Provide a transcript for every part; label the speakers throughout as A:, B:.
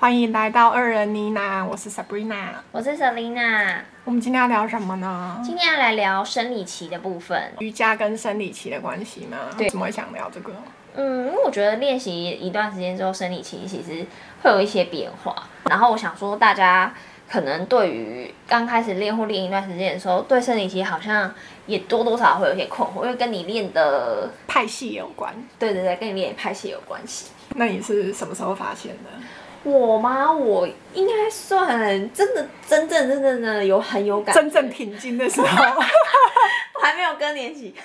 A: 欢迎来到二人妮娜，我是 Sabrina。
B: 我是 Selina，
A: 我们今天要聊什么呢？
B: 今天要来聊生理期的部分。
A: 瑜伽跟生理期的关系吗？
B: 对
A: 怎么会想聊这个？
B: 嗯，因为我觉得练习一段时间之后，生理期其实会有一些变化。然后我想说，大家可能对于刚开始练或练一段时间的时候，对生理期好像也多多少少会有一些困惑，因为跟你练的，
A: 派系有关。
B: 对对对，跟你练的拍戏有关系。
A: 那你是什么时候发现的？
B: 我吗？我应该算真的真正真正的有很有感觉，
A: 真正平均的时候，
B: 我还没有更年期。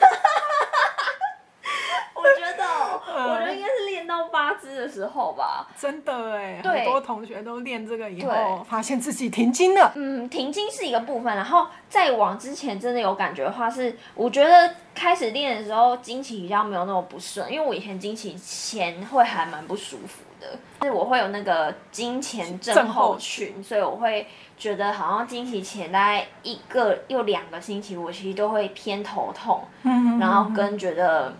B: 我觉得，我觉得应该是练到八支的时候吧。
A: 真的哎，
B: 对
A: 很多同学都练这个以后
B: 对，
A: 发现自己停经了。
B: 嗯，停经是一个部分，然后再往之前真的有感觉的话是，我觉得开始练的时候经期比较没有那么不顺，因为我以前经期前会还蛮不舒服的，但是我会有那个经前症候群，所以我会觉得好像经期前大概一个又两个星期，我其实都会偏头痛，
A: 嗯
B: 然后跟觉得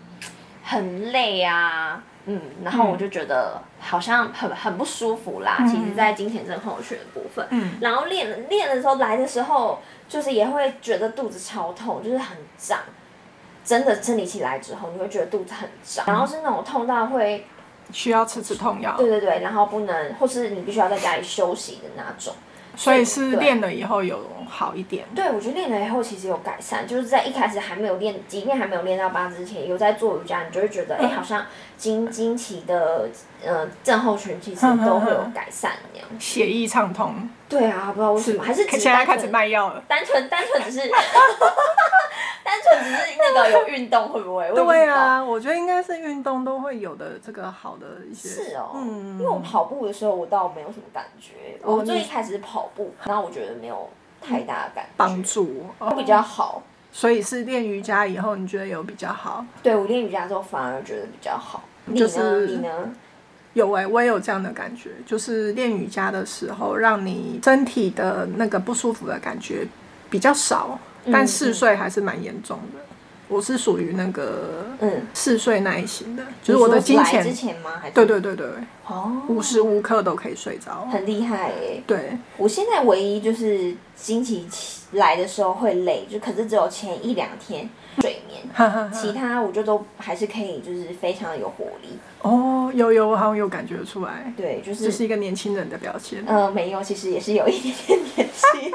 B: 很累啊，嗯，然后我就觉得好像很很不舒服啦。其实，在金钱症候群的部分，
A: 嗯
B: 然后练了练的时候来的时候，就是也会觉得肚子超痛，就是很胀。真的生理期来之后，你会觉得肚子很胀，然后是那种痛到会，
A: 需要吃止痛药
B: 对，对对，然后不能，或是你必须要在家里休息的那种。
A: 所以是
B: 对
A: 练了以后有好一点。
B: 对，我觉得练了以后其实有改善，就是在一开始还没有练，即便还没有练到八之前，有在做瑜伽，你就会觉得，
A: 嗯
B: 哎、好像经经期的呃症候群其实都会有改善那样。
A: 血液畅通，
B: 对啊，不知道为什么，还是只
A: 现
B: 是
A: 在
B: 单
A: 开始
B: 纯
A: 卖药了。
B: 单纯单纯只是 单纯只是那个有运动会不会？我也不
A: 对
B: 知道。
A: 啊，我觉得应该是运动都会有的这个好的一些。
B: 是哦，
A: 嗯
B: 因为我跑步的时候我倒没有什么感觉，
A: 哦
B: 我最
A: 你
B: 一开始是跑步，然后我觉得没有太大的感
A: 帮
B: 觉，
A: 助，哦
B: 我比较好。
A: 所以是练瑜伽以后，你觉得有比较好？
B: 对我练瑜伽之后反而觉得比较好。你
A: 就
B: 呢？
A: 是
B: 你呢？
A: 有哎、我也有这样的感觉，就是练瑜伽的时候，让你身体的那个不舒服的感觉比较少，
B: 嗯
A: 但嗜睡还是蛮严重的。我是属于那个
B: 嗯，
A: 嗜睡那一型的，就是我的
B: 你说
A: 金
B: 来之
A: 钱，
B: 前吗？还是
A: 对对对对，
B: 哦，
A: 无时无刻都可以睡着。
B: 很厉害耶！
A: 对，
B: 我现在唯一就是星期七来的时候会累，就可是只有前一两天睡眠，
A: 哈哈哈
B: 其他我就都还是可以，就是非常有活力。
A: 哦，有有，我好像有感觉出来，
B: 对，就
A: 这
B: 是
A: 是一个年轻人的表现。
B: 呃没有，其实也是有一点点年纪。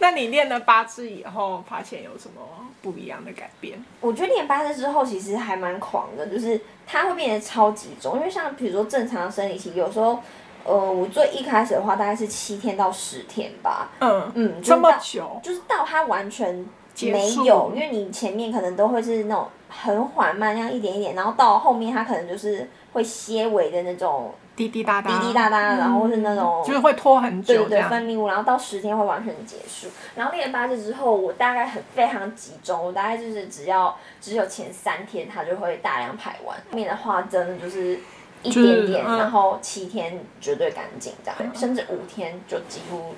A: 那你练了八支以后，发现有什么不一样的改变？
B: 我觉得练八字之后其实还蛮狂的，就是它会变得超集中，因为像比如说正常的生理期，有时候，呃，我最一开始的话大概是七天到十天吧，
A: 嗯
B: 嗯
A: 这么
B: 就是到
A: 久，
B: 就是到它完全
A: 结
B: 没
A: 束
B: 有，因为你前面可能都会是那种很缓慢，这样一点一点，然后到后面它可能就是会些微的那种
A: 滴滴答
B: 滴
A: 答，
B: 滴答答，然后是那种
A: 嗯就是会拖很
B: 对
A: 久这
B: 对对，
A: 样。
B: 分泌物，然后到十天会完全结束。然后练了八次之后，我大概很非常集中，我大概就是只要只有前三天它就会大量排完，后面的话真的就是一
A: 就是
B: 点点，
A: 嗯
B: 然后七天绝对干净这样，甚至五天就几乎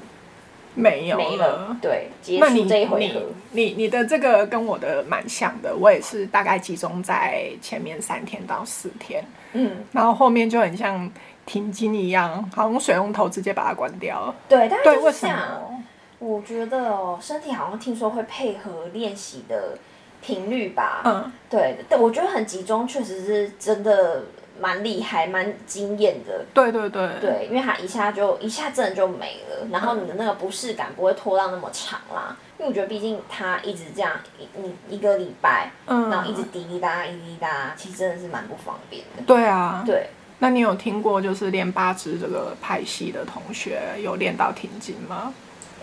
A: 没有
B: 没了，对，结
A: 那你
B: 束这一回
A: 你
B: 合。
A: 你你的这个跟我的蛮像的，我也是大概集中在前面三天到四天，
B: 嗯，
A: 然后后面就很像停经一样，好像水龙头直接把它关掉了。
B: 对，大概
A: 对，
B: 哎就
A: 为
B: 是这
A: 什
B: 样。哦
A: 么？
B: 我觉得哦，身体好像听说会配合练习的频率吧，
A: 嗯，
B: 对，但我觉得很集中，确实是真的蛮厉害、蛮惊艳的。
A: 对对对，
B: 对，因为它一下就一下真的就没了，然后你的那个不适感不会拖到那么长啦。因为我觉得，毕竟它一直这样，一你一个礼拜，
A: 嗯，
B: 然后一直滴滴答答、滴滴答答，其实真的是蛮不方便的。
A: 对啊。
B: 对，
A: 那你有听过就是练八支这个派系的同学有练到停经吗？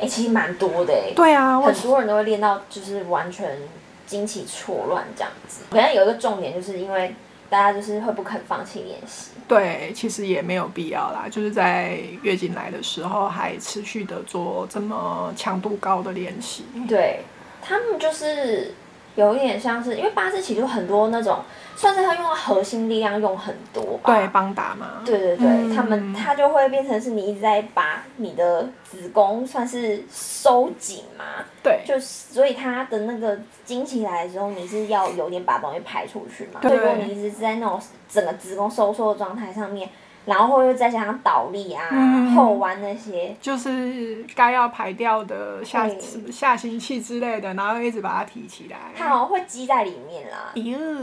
B: 哎、其实蛮多的哎、
A: 对啊，我
B: 很多人都会练到就是完全经期错乱这样子。可能有一个重点，就是因为大家就是会不肯放弃练习。
A: 对，其实也没有必要啦，就是在月经来的时候还持续的做这么强度高的练习。
B: 对他们就是有一点像是，因为八字其实有很多那种，算是他用到核心力量用很多吧。
A: 对，帮打嘛。
B: 对对对，
A: 嗯
B: 他们他就会变成是你一直在把你的子宫算是收紧嘛，
A: 对
B: 就是所以他的那个经期来的时候，你是要有点把东西排出去嘛。
A: 对
B: 所以如果你一直在那种整个子宫收缩的状态上面，然后又再加上倒立啊、
A: 嗯
B: 后弯那些，
A: 就是该要排掉的下
B: 对
A: 下行气之类的，然后一直把它提起来。
B: 它好像会积在里面
A: 嗯
B: 啦，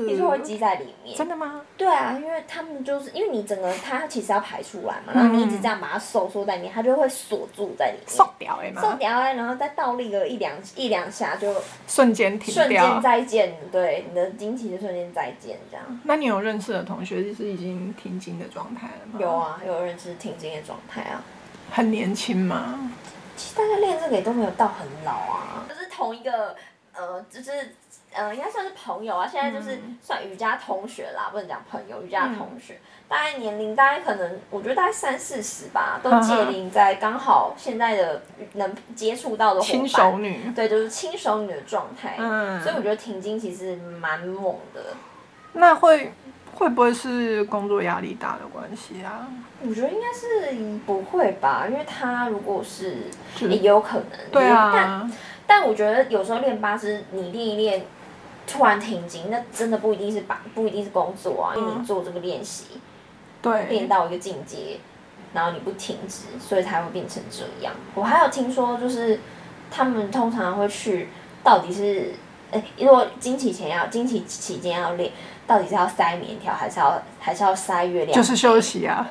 B: 听说会
A: 咦，
B: 积在里面。
A: 真的吗？
B: 对啊，因为他们就是因为你整个它其实要排出来嘛，然后你一直这样把它收缩在里面，它就会锁住在里面。
A: 受掉哎
B: 嗯送
A: 嘛，
B: 掉哎，然后再倒立个一两一两下，就
A: 瞬间停
B: 瞬间
A: 掉。
B: 再见，对，你的惊奇就瞬间再见这样。
A: 那你有认识的同学是已经停经的状态了吗？
B: 有，啊，有人是停经的状态啊。
A: 很年轻吗？
B: 其实大家练这个也都没有到很老啊，就是同一个呃，就是呃，应该算是朋友啊。现在就是算瑜伽同学啦，不能讲朋友，瑜伽同学。大概年龄大概可能，我觉得大概三四十吧，都界定在刚好现在的能接触到的伙
A: 轻熟
B: 伴，
A: 女。
B: 对，就是轻熟女的状态。
A: 嗯
B: 所以我觉得停经其实蛮猛的。
A: 那会会不会是工作压力大的关系啊？
B: 我觉得应该是不会吧，因为他如果是
A: 就
B: 也
A: 是
B: 有可能，
A: 对
B: 但
A: 啊，
B: 但我觉得有时候练八支，你练一练，突然停经，那真的不一定是把，不一定是工作啊，因为你做这个练习练
A: 对，
B: 到一个境界，然后你不停止，所以才会变成这样。我还有听说，就是他们通常会去，到底是， 哎、如果经期前要，经期期间要练，到底是要塞棉条，还是要还是要塞月亮？
A: 就是休息啊。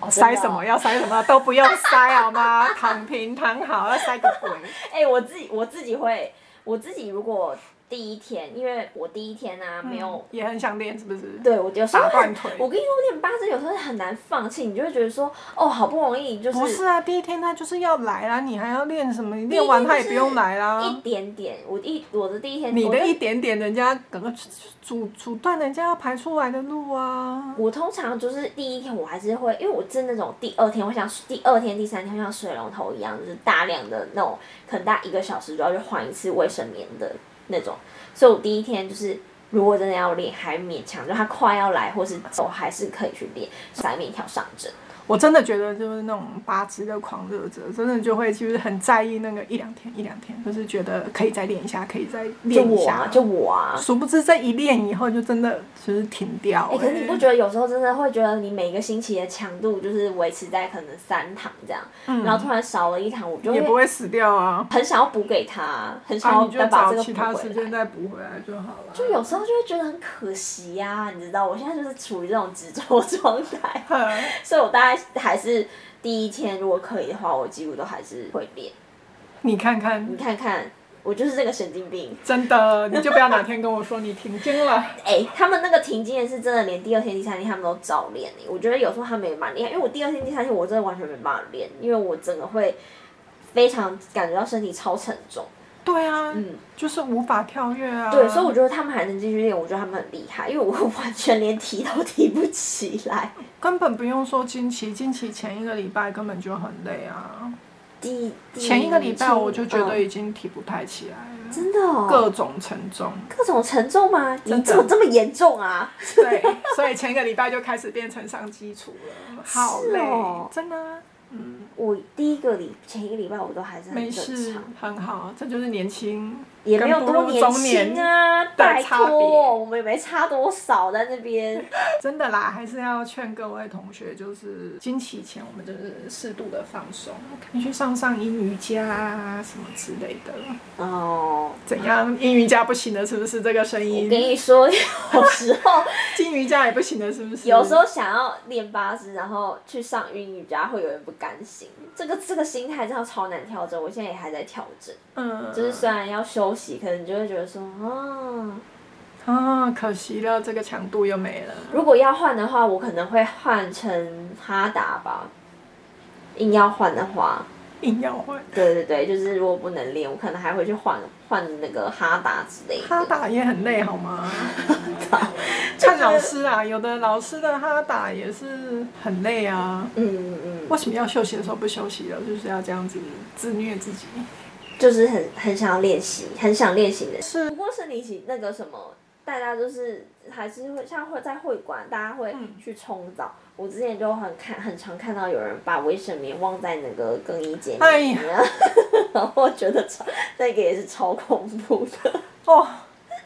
B: 哦
A: 塞什么？
B: 真的哦
A: 要塞什么都不用塞好 吗？躺平躺好，要塞个鬼！
B: 哎、我自己我自己会，我自己如果第一天，因为我第一天啊没有。
A: 也很想练，是不是？
B: 对，我有时候
A: 打断
B: 很
A: 腿
B: 我跟你说，练八字有时候很难放弃，你就会觉得说，哦，好不容易就
A: 不是
B: 是
A: 啊，第一天他就是要来啦，你还要练什么？你练完他也不用来
B: 一
A: 啦。
B: 点点，我一我的第一天，
A: 你
B: 我就
A: 的一点点，人家整个阻阻断人家要排出来的路啊。
B: 我通常就是第一天，我还是会，因为我是那种第二天会像第二天、第三天会像水龙头一样，就是大量的那种，可能大概一个小时就要去换一次卫生棉的那种。所以我第一天就是，如果真的要练，还勉强，就它快要来或是走，还是可以去练塞面条上阵。
A: 我真的觉得就是那种八支的狂热者，真的就会就是很在意那个一两天一两天，就是觉得可以再练一下，可以再
B: 就
A: 练一
B: 我
A: 下。
B: 啊，就我啊，
A: 殊不知这一练以后就真的就是停掉、
B: 哎、可是你不
A: 欸
B: 觉得有时候真的会觉得你每个星期的强度就是维持在可能三堂这样，然后突然少了一堂，我就
A: 嗯也不
B: 会
A: 会死掉啊。
B: 很想要补给他，很想
A: 啊，
B: 要
A: 你就
B: 再把
A: 找
B: 这个
A: 其
B: 补
A: 他
B: 回
A: 时间
B: 来。
A: 再补回来就好了。
B: 就有时候就会觉得很可惜呀、你知道，我现在就是处于这种执着状态，
A: 哼
B: 所以我大概还是第一天如果可以的话，我几乎都还是会练。
A: 你看看
B: 你，看看，我就是这个神经病。
A: 真的，你就不要哪天跟我说你停经了。
B: 哎、他们那个停经也是真的，连第二天、第三天他们都照练欸我觉得有时候他们也蛮厉害，因为我第二天、第三天我真的完全没办法练，因为我整个会非常感觉到身体超沉重。
A: 对啊，
B: 嗯，
A: 就是无法跳跃啊。
B: 对，所以我觉得他们还能继续练，我觉得他们很厉害，因为我 完全连提都提不起 来。
A: 根本不用说经期，经期前一个礼拜根本就很累啊。
B: 第第
A: 前一个礼拜
B: 前
A: 我就觉得
B: 嗯
A: 已经提不太起来了，
B: 真的哦，
A: 各种沉重。
B: 各种沉重吗？你
A: 真的
B: 怎么这么严重啊？
A: 对，所以前一个礼拜就开始变成上基础了，好
B: 是
A: 累，
B: 哦
A: 真的啊。嗯，
B: 我第一个礼前一个礼拜我都还是
A: 没
B: 很正
A: 事
B: 常。，
A: 很好，这就是年轻，
B: 也没有
A: 跟步
B: 多
A: 入
B: 年
A: 中
B: 轻啊，拜
A: 的差别
B: 托，我们也没差多少在那 边。
A: 真的啦，还是要劝各位同学，就是经期前我们就是适度的放松，可以去上上英瑜伽啊什么之类的。
B: 哦，
A: 怎样？英瑜伽不行了是不是？这个声
B: 我
A: 音
B: 跟，你说，有时候
A: 金瑜伽也不行了是不是？
B: 有时候想要练八字，然后去上韵瑜伽，会有人不甘心。这个这个心态真的超难调整，我现在也还在调整。
A: 嗯，
B: 就是虽然要休息，可能你就会觉得说，啊，
A: 啊，可惜了，这个强度又没了。
B: 如果要换的话，我可能会换成哈达吧。硬要换的话，
A: 硬要换
B: 对对对，就是如果不能练，我可能还会去换换那个哈达之类的。
A: 哈打也很累好 吗？看老师啊，有的老师的哈打也是很累啊。
B: 嗯嗯，嗯，
A: 为什么要休息的时候不休息了？就是要这样子自虐自己。
B: 就是很很想要练习，很想练习的。
A: 是
B: 不过是你起那个什么，大家就是还是会像会在会馆，大家会
A: 嗯
B: 去冲澡。我之前就很看很常看到有人把卫生棉忘在那个更衣间
A: 哎
B: 里面，然后我觉得超那个也是超恐怖的。
A: 哦，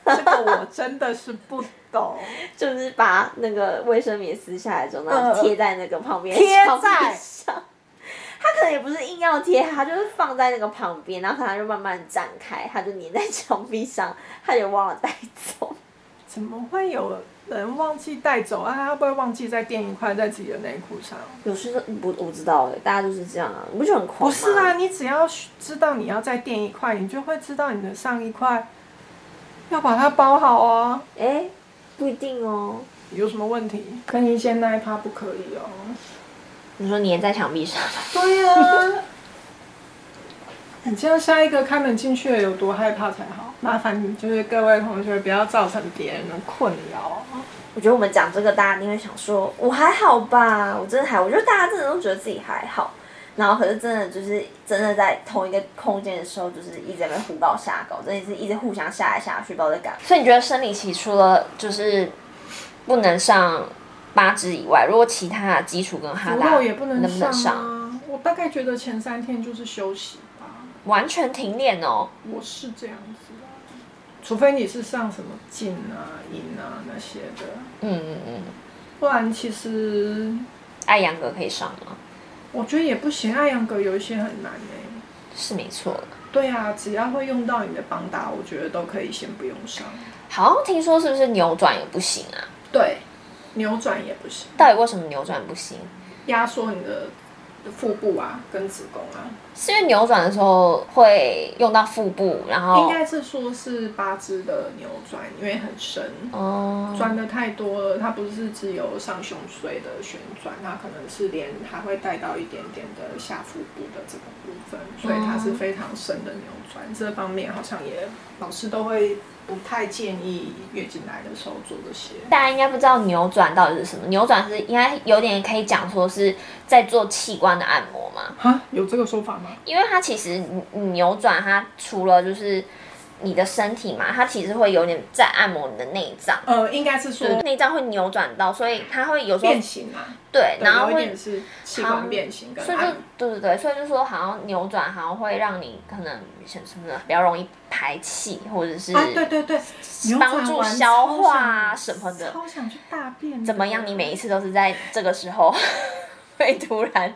A: 这个我真的是不懂。
B: 就是把那个卫生棉撕下来之后，然后
A: 嗯
B: 贴在那个旁边的
A: 贴
B: 墙壁
A: 在
B: 上。它可能也不是硬要贴，它就是放在那个旁边，然后可能它就慢慢展开，它就粘在墙壁上，它也忘了带走。
A: 怎么会有人忘记带走啊？他会不会忘记再垫一块在自己的内裤上？
B: 有时候不我不知道哎，大家就是这样啊，你不觉得很狂
A: 不
B: 吗？
A: 是啊，，你只要知道你要再垫一块，你就会知道你的上一块要把它包好哦。
B: 哎、不一定哦。
A: 有什么问题？更衣间那一趴不可以哦。
B: 你说粘在墙壁上，
A: 对呀、 你这样下一个开门进去的有多害怕才好？麻烦你就是各位同学不要造成别人的困扰。
B: 我觉得我们讲这个，大家一定会想说，我还好吧，我真的还好，我觉得大家真的都觉得自己还好，然后可是真的就是真的在同一个空间的时候，就是一直在被互告瞎搞，真的是一直互相下来下去，不知道在干嘛。所以你觉得生理期除了就是不能上八支以外，如果其他的基础跟哈
A: 骨
B: 拉
A: 肉也不能
B: 能不能上？
A: 啊。我大概觉得前三天就是休息吧，
B: 完全停练哦，
A: 我是这样子啊。除非你是上什么劲啊、瘾啊那些的，
B: 嗯嗯嗯，
A: 不然其实
B: 艾扬格可以上吗？
A: 我觉得也不行。艾扬格有一些很难哎、
B: 是没错了。
A: 对啊，只要会用到你的绑打，我觉得都可以先不用上。
B: 好像听说是不是扭转也不行啊？
A: 对，扭转也不行，
B: 到底为什么扭转不行？啊
A: 压缩你的腹部啊跟子宫啊，
B: 是因为扭转的时候会用到腹部，然后
A: 应该是说是八字的扭转，因为很深。
B: 哦，
A: 转的太多了，它不是只有上胸椎的旋转，它可能是连还会带到一点点的下腹部的这个部分，所以它是非常深的扭转。这方面好像也老师都会不太建议月经来的时候做这些。
B: 大家应该不知道扭转到底是什么。扭转是应该有点可以讲说是在做器官的按摩嘛，
A: 哈，有这个说法吗？
B: 因为它其实你扭转它除了就是你的身体嘛，它其实会有点在按摩你的内脏，
A: 呃，应该是说
B: 就是内脏会扭转到，所以它会有时候
A: 变形啊，
B: 对，
A: 对
B: 然后
A: 有一
B: 会
A: 点啊是器官变形跟
B: 所以就
A: 按
B: 对对对，所以就说好像扭转好像会让你可能什么什么的比较容易排气，或者是
A: 啊，对对对，扭转
B: 帮助
A: 完
B: 消化啊
A: 超想
B: 什么的
A: 超想去大便的。
B: 怎么样？你每一次都是在这个时候 会突然？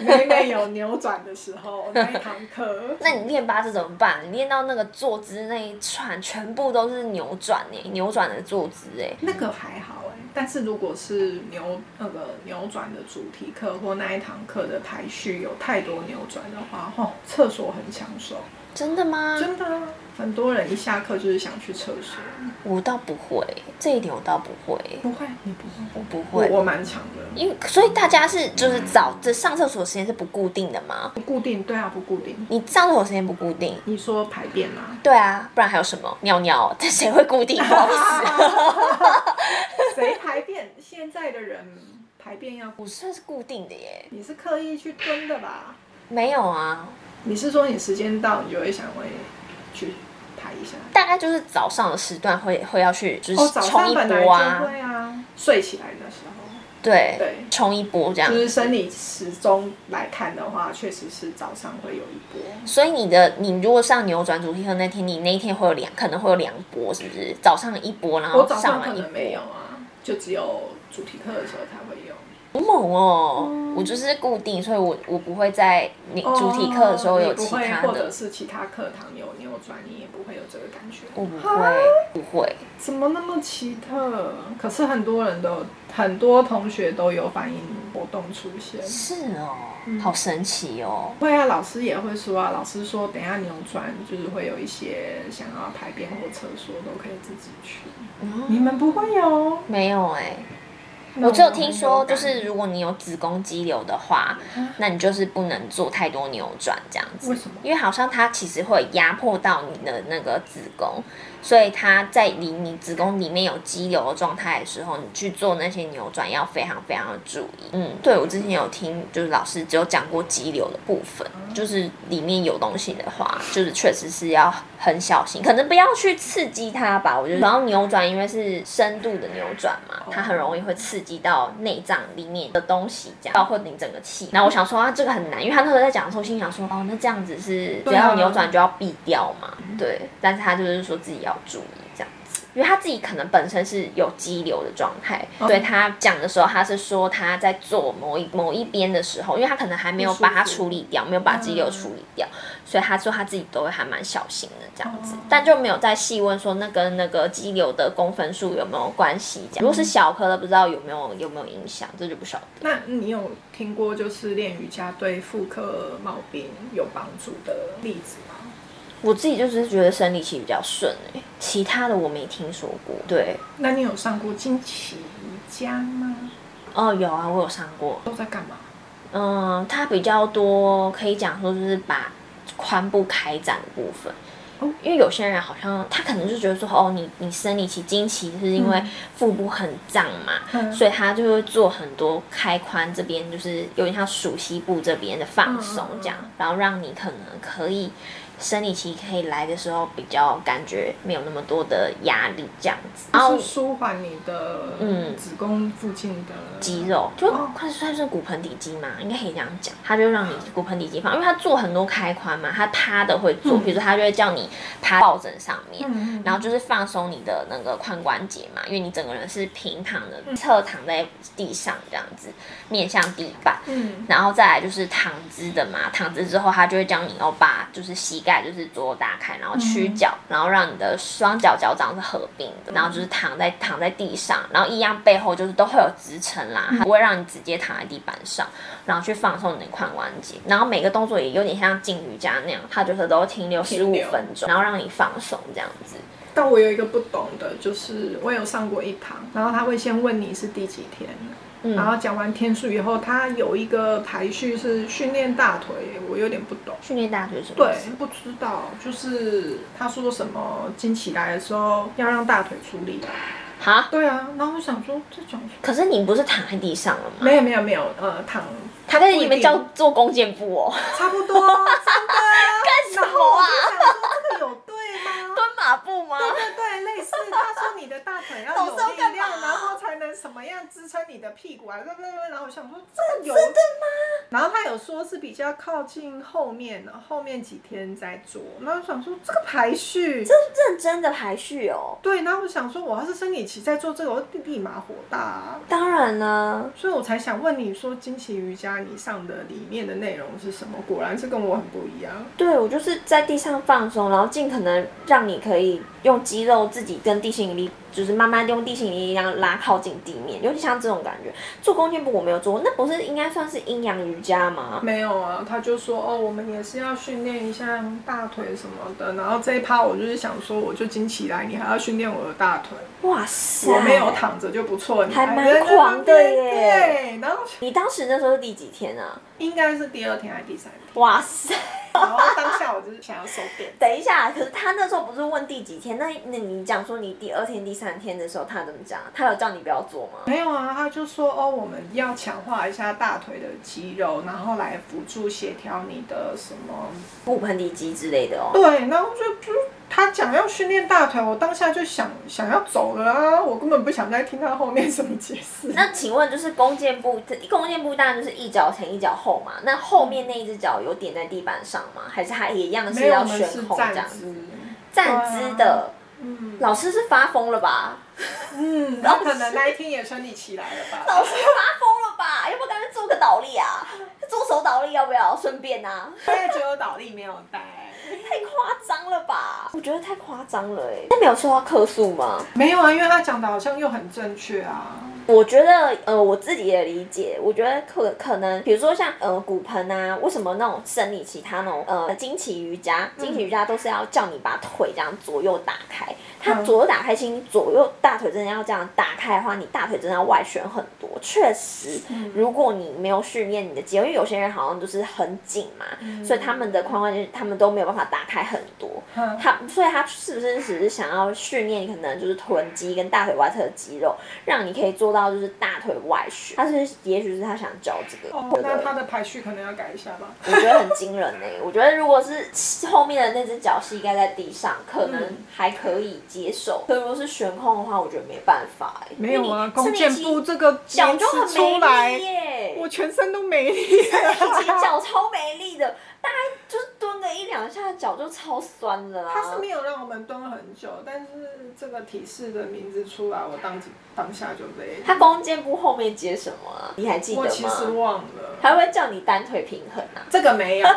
A: 每每有扭转的时候，那一堂 课
B: 那你练八字怎么办？你练到那个坐姿那一串，全部都是扭转哎、扭转的坐姿哎、
A: 那个还好哎、但是如果是扭那个扭转的主题课或那一堂课的排序有太多扭转的话，吼、厕所很抢手，
B: 真的吗？
A: 真的啊、很多人一下课就是想去厕所。
B: 我倒不会，这一点我倒不会，
A: 不会，你不会，
B: 我不会。
A: 我我蛮强的。
B: 因为所以大家是就是早这上厕所时间是不固定的吗？
A: 不固定，对啊，不固定。
B: 你上厕所时间不固定，
A: 你说排便 啊？
B: 对啊，不然还有什么尿尿？这 谁会固定？不好意思，
A: 谁排便？现在的人排便要
B: 我算是固定的耶。
A: 你是刻意去蹲的吧？
B: 没有啊，
A: 你是说你时间到，你就会想会去排一下？
B: 大概就是早上的时段会会要去，就
A: 哦，
B: 是
A: 早
B: 冲
A: 上
B: 一
A: 本来
B: 波啊，
A: 就会啊，睡起来的时候，
B: 对，
A: 对
B: 冲一波哎这样
A: 就。是生理时钟来看的话，确实是早上会有一波。
B: 所以你的你如果上扭转主题课那天，你那一天会有两，可能会有两波，是不是？早上一波，然
A: 我
B: 后
A: 早
B: 上
A: 上可
B: 完一波
A: 能。没有啊，就只有主题课的时候才会有。
B: 好猛哦！
A: 嗯
B: 我就是固定，所以我我不会在你主题课的时候
A: 哦
B: 有
A: 你不
B: 其
A: 会
B: 他
A: 或
B: 的
A: 者，是其他课堂有扭转，你也不会有这个感觉。
B: 我不会不会。
A: 怎么那么奇特？可是很多人都有很多同学都有反应活动出现。
B: 是哦，
A: 嗯
B: 好神奇哦。
A: 会啊，老师也会说啊，老师说等一下扭转就是会有一些想要排便或厕所都可以自己去。你们不会有？
B: 没有哎、
A: 那
B: 哦我只有
A: 们
B: 听
A: 很
B: 说，
A: 感
B: 就是如果你有子宫肌瘤的话，那你就是不能做太多扭转这样
A: 嗯
B: 子。
A: 为什么
B: 因为好像它其实会压迫到你的那个子宫，所以它在离你子宫里面有肌瘤的状态的时候，你去做那些扭转要非常非常的注意。嗯，对我之前有听，就是老师只有讲过肌瘤的部分，就是里面有东西的话，就是确实是要很小心，可能不要去刺激它吧。我觉得，然后扭转因为是深度的扭转嘛，它很容易会刺及到内脏里面的东西，这样包括你整个气。那我想说啊，这个很难，因为他那时候在讲的时候，心想说哦，那这样子是只
A: 对啊嗯
B: 要扭转就要避掉嘛，对。但是他就是说自己要注意这样子。因为他自己可能本身是有肌瘤的状态，
A: 哦
B: 所以他讲的时候，他是说他在做某一某一边的时候，因为他可能还没有把它
A: 不舒服
B: 处理掉，没有把肌瘤处理掉，所以他说他自己都会还蛮小心的这样子，
A: 哦
B: 但就没有再细问说那跟那个肌瘤的公分数有没有关系。这样，如果是小颗的，不知道有没有有没有影响，这就不晓得。
A: 那你有听过就是练瑜伽对妇科毛病有帮助的例子吗？
B: 我自己就是觉得生理期比较顺哎、其他的我没听说过。对，
A: 那你有上过经期瑜伽吗？
B: 哦，有啊，我有上过。
A: 都在干嘛？
B: 嗯，它比较多可以讲说就是把髋部开展的部分。
A: 哦
B: 因为有些人好像他可能就觉得说，哦，你你生理期、经期是因为
A: 嗯
B: 腹部很胀嘛，
A: 嗯
B: 所以他就会做很多开髋这边，就是有点像属膝部这边的放松
A: 嗯嗯嗯
B: 这样，然后让你可能可以生理期可以来的时候比较感觉没有那么多的压力这样子，然后
A: 就是舒缓你的
B: 啊嗯
A: 子宫附近的
B: 肌肉，就
A: 哦
B: 快算是骨盆底肌嘛，应该可以这样讲。它就让你骨盆底肌放，因为它做很多开髋嘛，它趴的会做，
A: 嗯
B: 比如说它就会叫你趴抱枕上面。
A: 嗯，嗯
B: 然后就是放松你的那个髋关节嘛，因为你整个人是平躺
A: 嗯
B: 的，侧躺在地上这样子，面向地板。
A: 嗯
B: 然后再来就是躺姿的嘛，躺姿之后，它就会将你要把就是膝盖就是左右打开，然后屈脚，
A: 嗯
B: 然后让你的双脚脚掌是合并的，然后就是躺在躺在地上，然后一样背后就是都会有支撑啦，
A: 嗯
B: 它不会让你直接躺在地板上，然后去放松你的髋关节，然后每个动作也有点像静瑜伽那样，它就是都停留十
A: 停
B: 五
A: 留
B: 分钟，然后让你放松这样子。
A: 但我有一个不懂的，就是我有上过一堂，然后他会先问你是第几天，
B: 嗯
A: 然后讲完天数以后，他有一个排序是训练大腿，我有点不懂。
B: 训练大腿是什么
A: 对
B: 意思？，
A: 不知道，就是他说什么经期来的时候要让大腿出力。
B: 好，
A: 对啊，然后我想说这讲
B: 可是你不是躺在地上了吗？
A: 没有没有没有，呃，躺
B: 躺在
A: 不一
B: 里面
A: 定
B: 叫做弓箭步哦，
A: 差不多，真的啊。
B: 干什
A: 然后
B: 么
A: 我
B: 啊？
A: 就想说这个有对吗？
B: 蹲马步吗？
A: 对对对，类似他说你的大腿要有力
B: 干
A: 量，
B: 嘛
A: 然后才能什么样支撑你的屁股啊，不不不，然后我想说这有真的吗？然后他有说是比较靠近后面的，后面几天再做。那我想说这个排序，
B: 认真的排序哦。
A: 对，然后我想说我要是生理期再做这个，我立立马火大、啊。
B: 当然呢，
A: 所以我才想问你说，惊奇瑜伽你上的里面的内容是什么？果然是跟我很不一样。
B: 对我就是在地上放松，然后尽可能让你可以用肌肉自己跟地心引力，就是慢慢地用地心引力一样拉靠近地面，有点像这种感觉。做弓箭步我没有做过，那不是应该算是阴阳瑜伽吗？
A: 没有啊，他就说哦，我们也是要训练一下大腿什么的。然后这一趴我就是想说，我就惊奇来，你还要训练我的大腿，
B: 哇塞！
A: 我没有。躺着就不错，你
B: 啊还
A: 还
B: 蛮
A: 在那边
B: 狂的耶
A: 对，然后
B: 你当时那时候是第几天啊？
A: 应该是第二天还是第三天，
B: 哇塞！。
A: 然后当下我就是想要收点
B: 等一下，可是他那时候不是问第几天？那那你讲说你第二天、第三天的时候，他怎么讲？他有叫你不要做吗？
A: 没有啊，他就说哦，我们要强化一下大腿的肌肉，然后来辅助协调你的什么
B: 骨盆底肌之类的哦。
A: 对，然后就就他讲要训练大腿，我当下就想想要走了啊，我根本不想再听他后面什么解 释。
B: 那请问，就是弓箭步，弓箭步当然就是一脚前一脚后嘛。那后面那一只脚有点在地板上吗？还是它也一样
A: 没
B: 是
A: 有，我
B: 要
A: 们是
B: 悬空这样
A: 站？姿，
B: 站姿的，
A: 嗯
B: 老师是发疯了吧？
A: 嗯，然后可能那一天也生理期来了吧。
B: 老师发疯了吧？要不要干脆做个倒立啊？做手倒立要不要？顺便啊，
A: 大概只有倒立没有带，
B: 太夸张了吧？我觉得太夸张了哎、那没有收到客诉吗？
A: 没有啊，因为他讲的好像又很正确啊。
B: 我觉得，呃，我自己的理解，我觉得可可能，比如说像呃骨盆啊，为什么那种生理期，它那种呃经期瑜伽，经期瑜伽都是要叫你把腿这样左右打开，它
A: 嗯
B: 左右打开，其实你左右大腿真的要这样打开的话，你大腿真的要外旋很多，确实，
A: 嗯
B: 如果你没有训练你的肌肉，因为有些人好像就是很紧嘛，所以他们的髋关节他们都没有办法打开很多。
A: 嗯
B: 他所以他是不是只是想要训练可能就是臀肌跟大腿外侧的肌肉，让你可以做到就是大腿外旋？他是也许是他想教这个。
A: 哦，那它的排序可能要改一下吧。
B: 我觉得很惊人呢、欸我觉得如果是后面的那只脚膝盖在地上，可能
A: 嗯
B: 还可以接受；可如果是悬空的话，我觉得没办法、欸。
A: 没有啊，
B: 因为
A: 弓
B: 你
A: 箭步这个
B: 是你
A: 名
B: 已经脚就
A: 词出
B: 很
A: 来
B: 美丽，耶、
A: 我全身都没力。
B: 以前脚超没力的，大概就是蹲个一两下，脚就超酸啊的啦。
A: 他是没有让我们蹲很久，但是这个提示的名字出来，我当即当下就累。
B: 他弓箭步后面接什么啊？你还记得
A: 我其实
B: 吗？
A: 忘了，
B: 还会叫你单腿平衡啊，
A: 这个没有，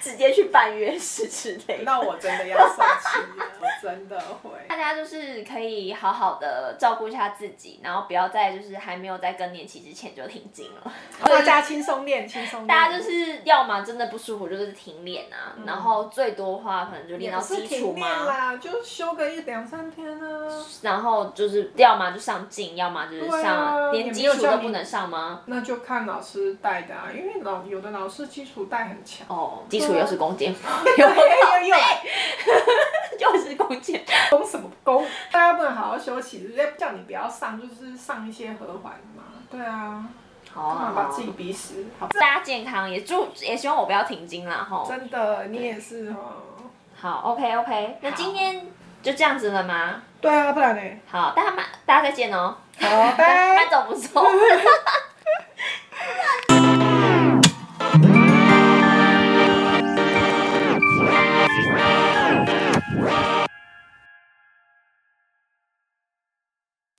B: 直接去办约式之类的。
A: 那我真的要生气了，我真的 会。
B: 大家就是可以好好的照顾一下自己，然后不要在就是还没有在更年期之前就停经了。
A: 大家轻松练，轻松练。
B: 大家就是要么真的不舒服就是停练啊，然后最多的话可能就练到
A: 也是
B: 基础
A: 停练
B: 嘛，
A: 啦，就休个一两三天啊。
B: 然后就是要么就上镜，要么就是
A: 对啊
B: 上、连
A: 也没
B: 基
A: 有
B: 础
A: 叫
B: 都
A: 你
B: 不能上吗？
A: 那就看老师带的啊，因为老有的老师基础带很 强。
B: 哦，基础
A: 对啊
B: 又是弓箭步，
A: 有有有，
B: 又是弓箭，
A: 攻什么攻？大家不能好好休息，人家叫你不要上，就是上一些和缓的嘛。对啊，
B: 好
A: 干嘛
B: 啊，
A: 把自己逼死？好，
B: 大家健康，也祝也希望我不要停经啦吼。
A: 真的，你也是哦。
B: 好，OK OK，那今天就这样子了吗？
A: 对啊，不然呢？
B: 好，大家慢，大家再见哦。
A: 好，拜
B: 慢走不送。